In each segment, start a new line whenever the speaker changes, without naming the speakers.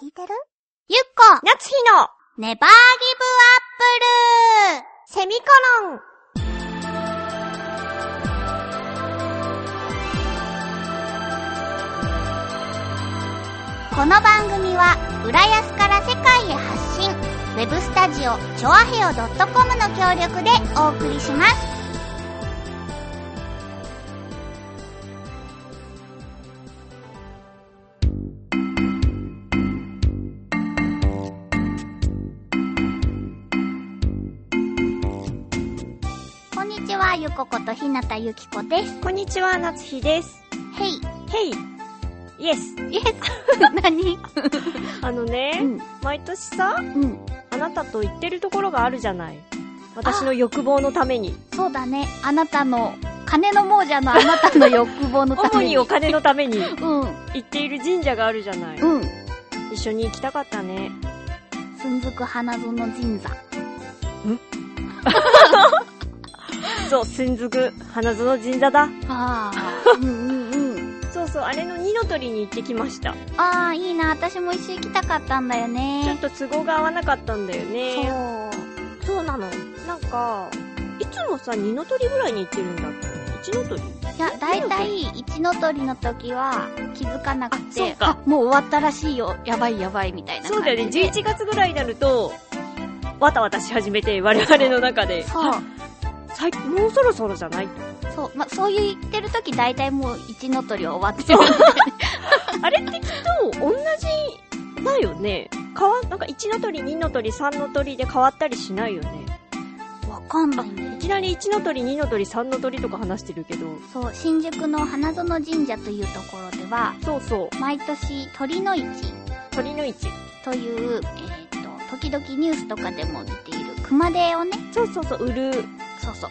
聞いてるゆっこ
夏日の
ネバーギブアップルセミコロンこの番組は浦安から世界へ発信ウェブスタジオチョアヘオ .com の協力でお送りしますこんにちはゆこことひなたゆきこです
こんにちは、夏日です。
ヘイ
ヘイイエス
イエス 何
あのね、
うん
毎年さ、
うん
あなたと言ってるところがあるじゃない。私の欲望のために。
そうだねあなたの金の亡者のあなたの欲望のた
主
めに
にお金のために
うん
行っている神社があるじゃない。
うん
一緒に行きたかったね。
すんずく花園神社
そう、すんずく、花園神社だ。
ああうんうんうん
そうそう、あれの二の鳥に行ってきました。
ああいいな私も一緒行きたかったんだよ
ちょっ
ね
と都合が合わなかったんだよ
そう
ね。そうなの。なんか、いつもさ、二の鳥ぐらいに行ってるんだっけ一の鳥
いやだいたい一の鳥の時は気づかなく
あそう
て
か
あもう終わったらしいよやばいやばいみたいな
そう
感じ
だよ
で
ね、11月ぐらいになると、わたわたし始めて、我々の中で。
そう
最もうそろそろじゃ ない
そう、ま、そう言ってる時大体もう一の鳥は終わってる
あれってきっと、同じ、だよね。変わ、なんか1の鳥、2の鳥、3の鳥で変わったりしないよね。
わかんないんだよ
いきなり1の鳥、2の鳥、3の鳥とか話してるけど。
そう新宿の花園神社というところでは
そうそう。
毎年鳥の市
鳥の位置。
という、えっと時々ニュースとかでも出ている熊手をね
そうそうそう、売る、
そうそう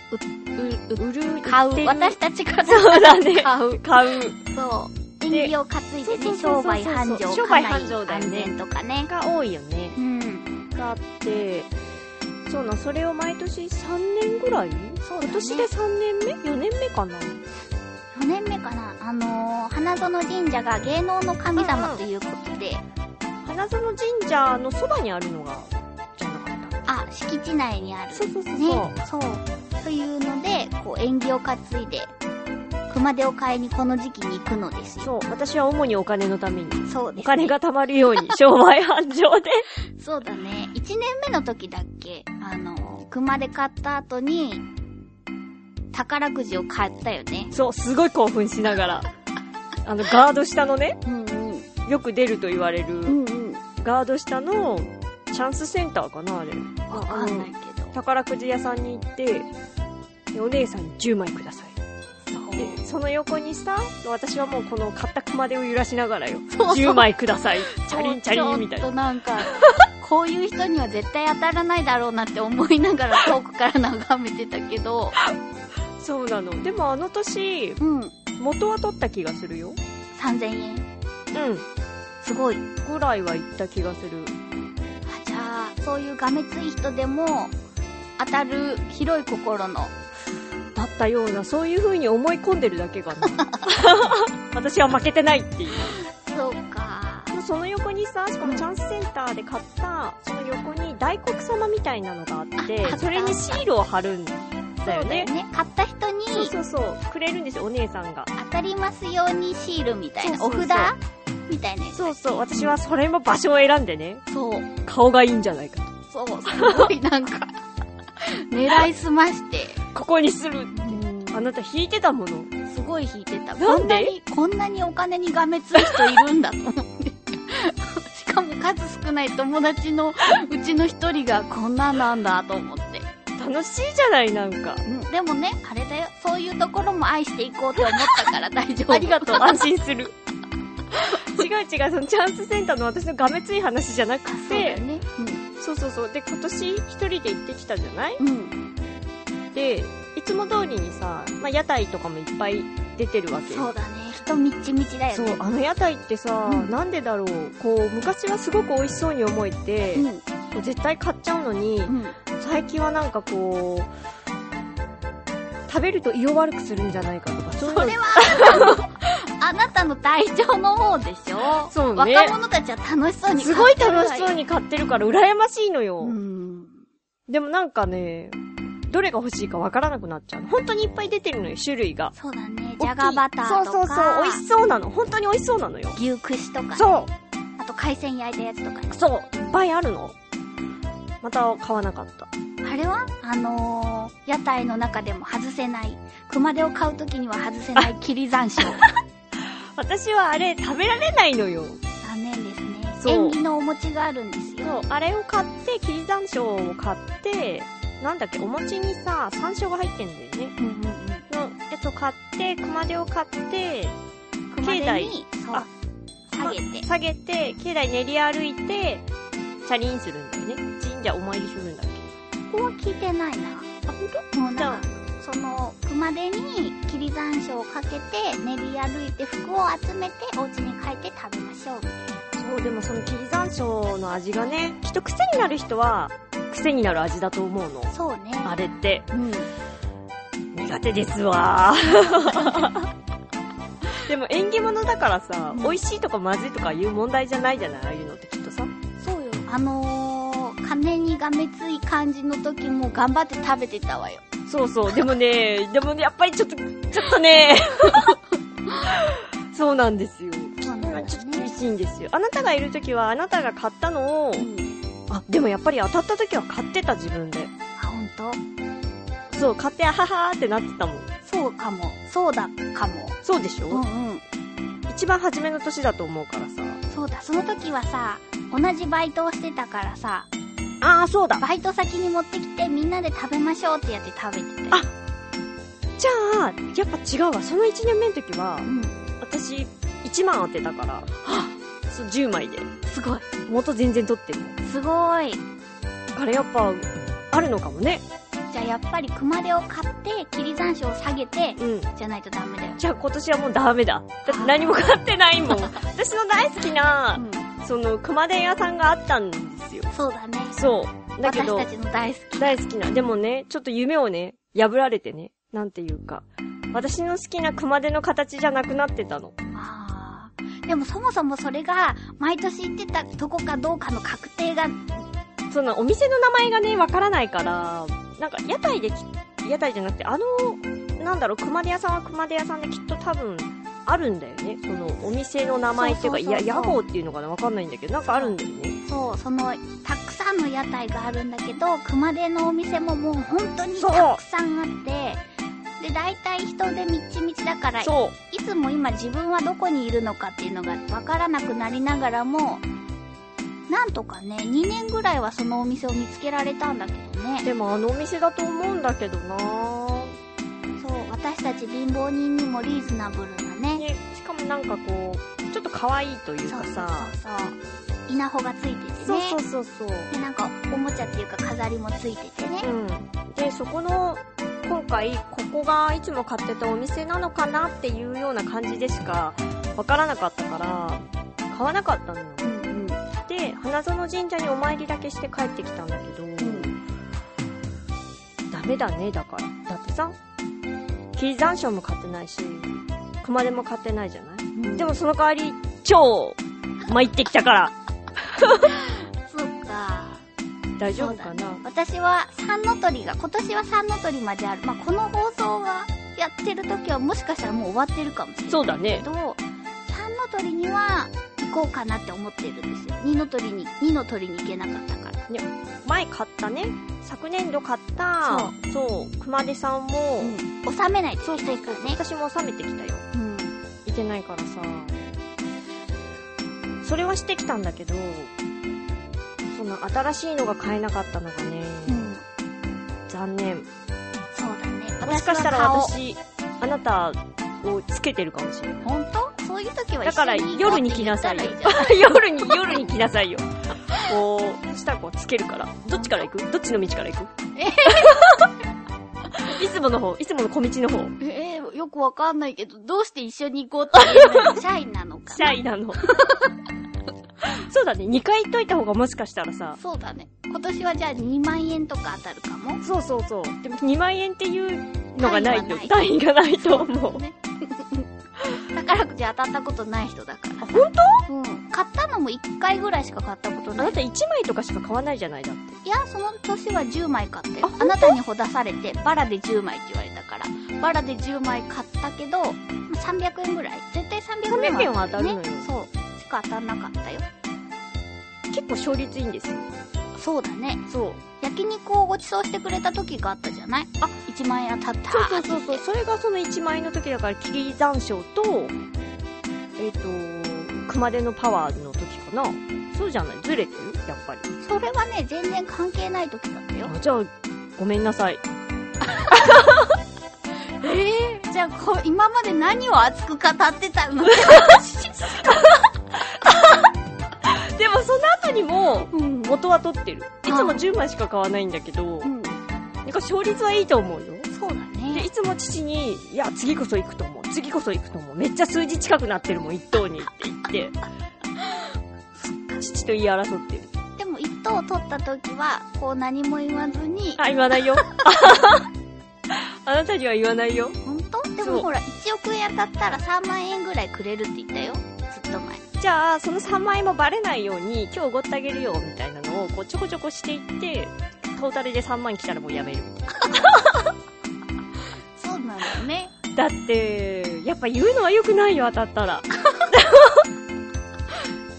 う売る、
買
売って
う
る
私たちが
そう だね。
買う
買う。
そう
で
縁起を担いで
そうそう
ね
そうそ
商
う
売繁盛
商売繁盛だよ
家
ね
内安全とかね
が多いよね。
うん
があって、そうなん、それを毎年3年ぐらい
そうだね
今年で3年目 ?4 年目かな
4年目かなあのー、花園神社が芸能の神様ということで、
花園神社のそばにあるのが、じゃなかった。
あ敷地内にある
そうそうそうそう、
ねそうというのでこう縁起を担いで熊手を買いにこの時期に行くのですよ
そう、私は主にお金のために。
そうです、
お
ね、
金が貯まるように、商売繁盛 で。
そうだね1年目の時だっけあの熊手買った後に宝くじを買ったよね
そう、すごい興奮しながら。あの、ガード下のね、
うんうん
よく出ると言われ
う
る、
んうん
ガード下の、チャンスセンターかなあれ。
わかんないけど
宝くじ屋さんに行って、でお姉さんに10枚ください。でその横にさ私はもうこの買った熊手を揺らしながらよ
そう
10枚くださいチ
そう
ャリンチャリンみたい
ちょ
な
っとなんかこういう人には絶対当たらないだろうなって思いなが ら遠くから眺めてたけど
そうなのでもあの年
うん
元は取った気がするよ
3000円
う
すごい
んぐらいは行った気がする
あじゃあそういうがめつい人でも当たる広い心の
だったようなそういう風に思い込んでるだけかな 私は負けてないっていう
そうか
でもその横にさしかもチャンスセンターで買ったその横に大黒様みたいなのがあっ
ああってた
それにシールを貼るんだよね
ね買った人に
そうそうそうくれるんですよお姉さんが
当たりますようにシールみたいな
そうそうそう
お札みたいなやつ
そうそう私はそれも場所を選んでね
そう
顔がいいんじゃないかと
そうすごいなん か狙いすまして
ここにするあなた引いてたもの
すごい引いてた
な
こ
ん
んな
で
にこんなにお金にがめつい人いるんだと思ってしかも数少ない友達のうちの一人がこんなんなんだと思って
楽しいじゃないなんか
うんでもね、あれだよ。そういうところも愛していこうと思ったから大丈夫。
ありがとう安心する 違う違うそのチャンスセンターの私のがめつい話じゃなく
あそうだ
て
よね。
そう,、そうそうで今年一人で行ってきたじゃない
うん。うん。
でいつも通りにさ、まあ、屋台とかもいっぱい出てるわけよ
そうだね。人みっちみちだよ
そ
ね。
うあの屋台ってさ、
うん
なんでだろうこう昔はすごく美味しそうに思えて、
うん。
もう絶対買っちゃうのに、
うん。
最近はなんかこう食べると胃を悪くするんじゃないかとかそう
そ
いうの
れは、あなたさんの台上の方でしょ
そうね
若者たちは楽しそうに
すごい楽しそう
に。
に買ってるから羨ましいのよ。
うん。
でもなんかね、どれが欲しいかわからなくなっちゃうの。本当にいっぱい出てるのよ、種類が。
そうだね。じゃがバタ
大
ー
きい
と
そう
か。
そうそう、美味しそうなの。本当に美味しそうなのよ。
牛串とか。
そう
あと海鮮焼いたやつとかね。
そう、いっぱいあるの。また買わなかった。
あれはあのー、屋台の中でも外せない。熊手を買うときには外せ ない霧山椒。
私はあれ食べられないのよ。
残念ですね。
そう
縁起のお餅があるんです
そう
よ。、
あれを買って、きり山椒を買って、なんだっけ、お餅にさ、山椒が入ってんだよね。
うんうんうん。
のやつを買って、熊手を買って、
熊手
境内
に、そ
あ
う。下げて
ま。下げて、境内練り歩いて、チャリンするんだよね。神社お参りするんだっ
ここは聞いてないな。
け。あ、ほんと
もうなん
じゃ
かその熊手に霧山椒をかけて練り歩いて服を集めてお家に帰って食べましょう
あ、そう、でもそのきり山椒の味がね、きっと癖になる人は、癖になる味だと思うの。
そうね
あれって、
うん
苦手ですわ。 でも縁起物だからさ、美味しいとかまずいとかいう問題じゃないじゃないああいうのってきっとさ。
そうよあのー、金にがめつい感じの時も頑張って食べてたわよ
そうそう。でもね、でもね、やっぱりちょっと、ちょっとね、 そうなんです
そ
よ。
う
ち
な
ょ
んだ
っ
ね
と厳しいんですよ。あなたがいるときは、あなたが買ったのを
う、ん
あ、でもやっぱり当たったときは買ってた自分で。
あ本当
そう、買って、あははーってなってたもん。
そうかもそうだかも
そうでしょ、
うんうん
一番初めの年だと思うからさ。
そうだその時はさ同じバイトをしてたからさ
ああ、そうだ。
バイト先に持ってきてみんなで食べましょうってやって食べてて
あじゃあ、やっぱ違うわ。その1年目の時は
う、ん
私、1万当てたから、そう10枚で。
すごい
元全然取ってるの。
すごい
だからやっぱ、あるのかもね。
じゃあやっぱり熊手を買って、霧山椒を下げて、
うん。
じゃないとダメだよ。
じゃあ今年はもうダメだ。だって何も買ってない もん。私の大好きな、その、熊手屋さんがあったんですよ。
そうだね。
そう。だけ
私
ど
た、ちの大好き。
大好きな。でもね、ちょっと夢をね、破られてね、なんていうか。私の好きな熊手の形じゃなくなってたの。
あーでもそもそもそれが、毎年行ってたとこかどうかの確定が、
そのお店の名前がね、わからないから、なんか屋台でき、屋台じゃなくて、あの、なんだろう、熊手屋さんは熊手屋さんできっと多分、あるんだよね。その、お店の名前っていうか、
そう
い
そうそ
や、
うそう
屋号っていうのかなわかんないんだけど、なんかあるんだよね。
そう、その、たくさんの屋台があるんだけど、熊手のお店ももう本当に
そう
たくさんあって、で、大体人でみっちみちだから、い
そう。
つも今自分はどこにいるのかっていうのがわからなくなりながらも、なんとかね、2年ぐらいはそのお店を見つけられたんだけどね。
でもあのお店だと思うんだけどな
そう、私たち貧乏人にもリーズナブルなね。
ね、しかもなんかこう、ちょっと可愛いという
そう
か
そうそう
さ。
そう。稲穂がついててね。
そうそうそうそう。
で、なんか、おもちゃっていうか飾りもついててね。
うん。で、そこの、今回、ここがいつも買ってたお店なのかなっていうような感じでしかわからなかったから、買わなかったのよ。
うんうん。
で、花園神社にお参りだけして帰ってきたんだけど、
ん
ダメだね、だから。だってさ、霧山椒も買ってないし、熊手も買ってないじゃないでもその代わり、超、参ってきたから。
そうか。
大丈夫か
そう
な
だね私は三の鳥が、今年は三の鳥まである。まあ、この放送がやってる時はもしかしたらもう終わってるかもしれない。
そうだね
け。ど、三の鳥には行こうかなって思ってるんですよ。二の鳥に、二の鳥に行けなかったから。
前買ったね。昨年度買った、そう、熊手さんも、
うん。収めないといけないからね。
私も収めてきたよ。
うん。
いけないからさ。それはしてきたんだけど、その新しいのが買えなかったのがね、
うん。
残念。
そうだね。
もしかしたら私、あなたをつけてるかもしれない。
本当そういう時は
だ
一
から
緒に行こ
夜
うっ
に
て
来
言
な
っ
さ
た
い
ら
よ
いいじゃん。。
夜に、夜に来なさいよ。こう、そしたらこうつけるから。どっちから行くどっちの道から行く いつもの方、いつもの小道の方。
えー、よくわかんないけど、どうして一緒に行こうって言 うのにシャイなのかな。
シャイなの。 そうだね、2回行っといた方がもしかしたらさ。
そうだね。今年はじゃあ2万円とか当たるかも。
そうそうそう。でも2万円っていうのがないと、
単
単位がないと思う。
ね。だか宝くじ当たったことない人だから。
あ、ほんと
うん。買ったのも1回ぐらいしか買ったこと
あ
ない
な。た1枚とかしか買わないじゃないだって。
いや、その年は10枚買って
あ
あ
本当
なたにほだされて、バラで10枚って言われたから、バラで10枚買ったけど、まあ300円ぐらい絶対300円
300円は当たるのよ
ね。そう。しか当たんなかったよ。
結構勝率いいんですよ。
そうだね。
そう。
焼肉をご馳走してくれた時があったじゃないあ、1万円当たった
そうそうそうそう
って
それがその1枚の時だから霧山椒とえっ、と熊手のパワーの時かなそうじゃないずれてるやっぱり
言ってそれはね、全然関係ない時だったよ。
あじゃあごめんなさい
えー、じゃあこう、今まで何を熱く語ってたの
でもその後にも
うん。
元は取ってるいつも
あ
10枚しか買わないんだけど
うん。
なんか勝率はいいと思うよ
そうだ
で
ね。
いつも父に「いや次こそ行くと思う次こそ行くと思うめっちゃ数字近くなってるもん一等に」って言って父と言い争ってる
でも、一等取った時は、こう何も言わずに、
あ、言わないよ。あなたには言わないよ。
本当で
そう
もほら、1億円当たったら3万円ぐらいくれるって言ったよ。ずっと前。
じゃあ、その3万円もバレないように、今日おごってあげるよ、みたいなのを、こう、ちょこちょこしていって、トータルで3万来たらもうやめる。
そうなんだよね。
だって、やっぱ言うのは良くないよ、当たったら。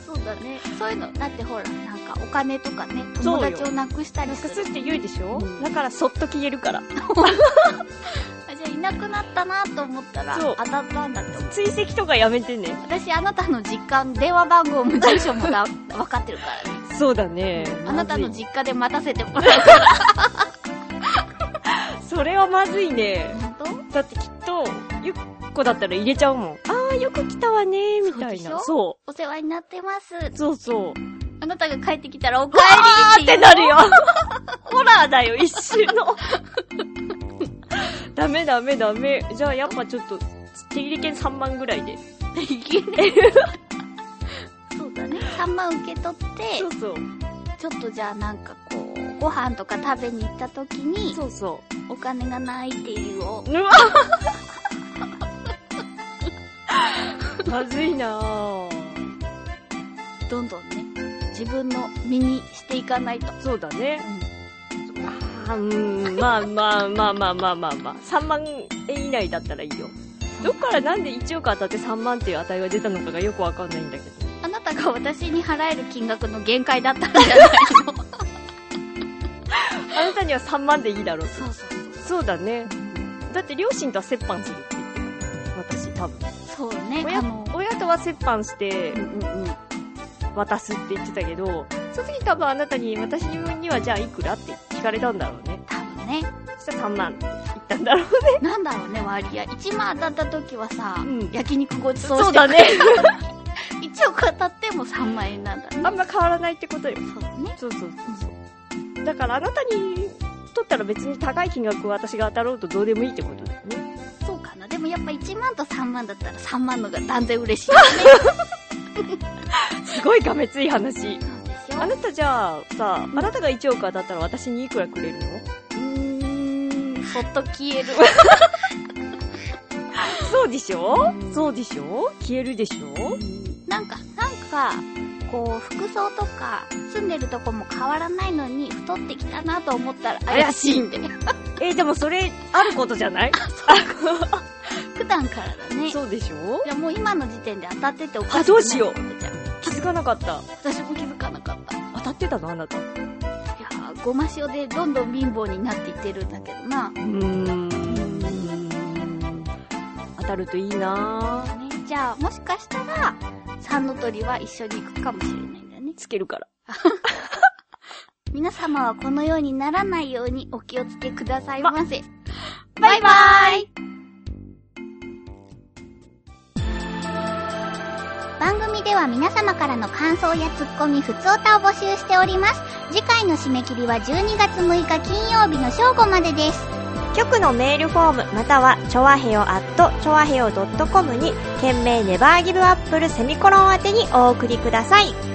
そうだね。そういうの、だってほら、なんかお金とかね、
そう
友
よ
達をなくしたり
く
す
す
る。
って言うでしょ、
うん
だから、そっと消えるから。
あじゃあいなくなったなと思ったら、
そう
当たったんだって思う。
追跡とかやめてね。
私、あなたの実家の電話番号も住所もだ分かってるからね。
そうだね。
あなたの
まずい
実家で待たせてもらうから。
それはまずいね。
本
だってきっと、ゆっこだったら入れちゃうもん。あー、よく来たわね、みたいな。そ
当お世話になってます。
う。そうそう。
あなたが帰ってきたらお帰り
っ
って言
て
う。
なるよ。 ホラーだよ、一瞬の。 ダメダメダメ。じゃあやっぱちょっと、手入れ券3万ぐらいで。
そうだね。3万受け取って、
そうそう。
ちょっとじゃあなんかこう、ご飯とか食べに行った時に、
そうそ
お金がないっていうを
う。、うわまずいなぁ。
どんどんね、自分の身にしていかないと。
そうだね。あーうーん、まあまあまあまあまあまあまあ。3万円以内だったらいいよ。どっからなんで1億当たって3万っていう値が出たのかがよくわかんないんだけど。
あなたが私に払える金額の限界だったんじゃないの
あなたには3万でいいだろう と
そうそう
そうだね。だって両親とは折半するって言ってる。私、多分。
そう。そうね。
親
あの、
親とは折半して
うんうんうん。
渡すって言ってたけど、その時多分あなたに、私にはじゃあいくらって聞かれたんだろうね。
多分ね。
そしたら3万って言ったんだろう。
なんだろうね、割合。1万当たった時はさ、
うん
焼肉ごちそう
そ
し
う
て
だ
くれ
ね。
1億当たっても3万円なんだね。
あんま変わらないってことよ。
そうだね。
そうそうそうそう。だからあなたにとったら別に高い金額を私が当たろうとどうでもいいってことだよね。
そうかな。でもやっぱ1万と3万だったら3万のが断然 嬉しい
すごいがめつい
なん
話。
ですよ。
あなたじゃあさ、あなたが1億当たったら私にいくらくれるの
うーん、そっと消える。
そうでしょ
うん
そうでしょ消えるでしょ
なんか、なんか、こう、服装とか、住んでるとこも変わらないのに、太ってきたなと思ったら怪しいんで。
えーでもそれ、あることじゃない
普段からだね。
そうでしょ
いや、もう今の時点で当たってておかしくない。
あどうしよう
じゃん
気づかなかった。
私も気づかなかった。い
当たってたのあなた。う
やー、ごま塩でどんどん貧乏になっていってるんだけどな。ね、
ーん。当たるといいなぁ。
じゃあ、もしかしたら、三の鳥は一緒に行くかもしれないんだよね。
つけるから。
皆様はこのようにならないようにお気をつけくださいませ。
バ
バ
イ
イ
バ
バイ番組では皆様からの感想やツッコミ、ふつおたを募集しております。次回の締め切りは12月6日金曜日の正午までです。
局のメールフォーム、または、ちょわへよ at、ちょわへよ .com に、件名ネバーギブアップルセミコロン宛てにお送りください。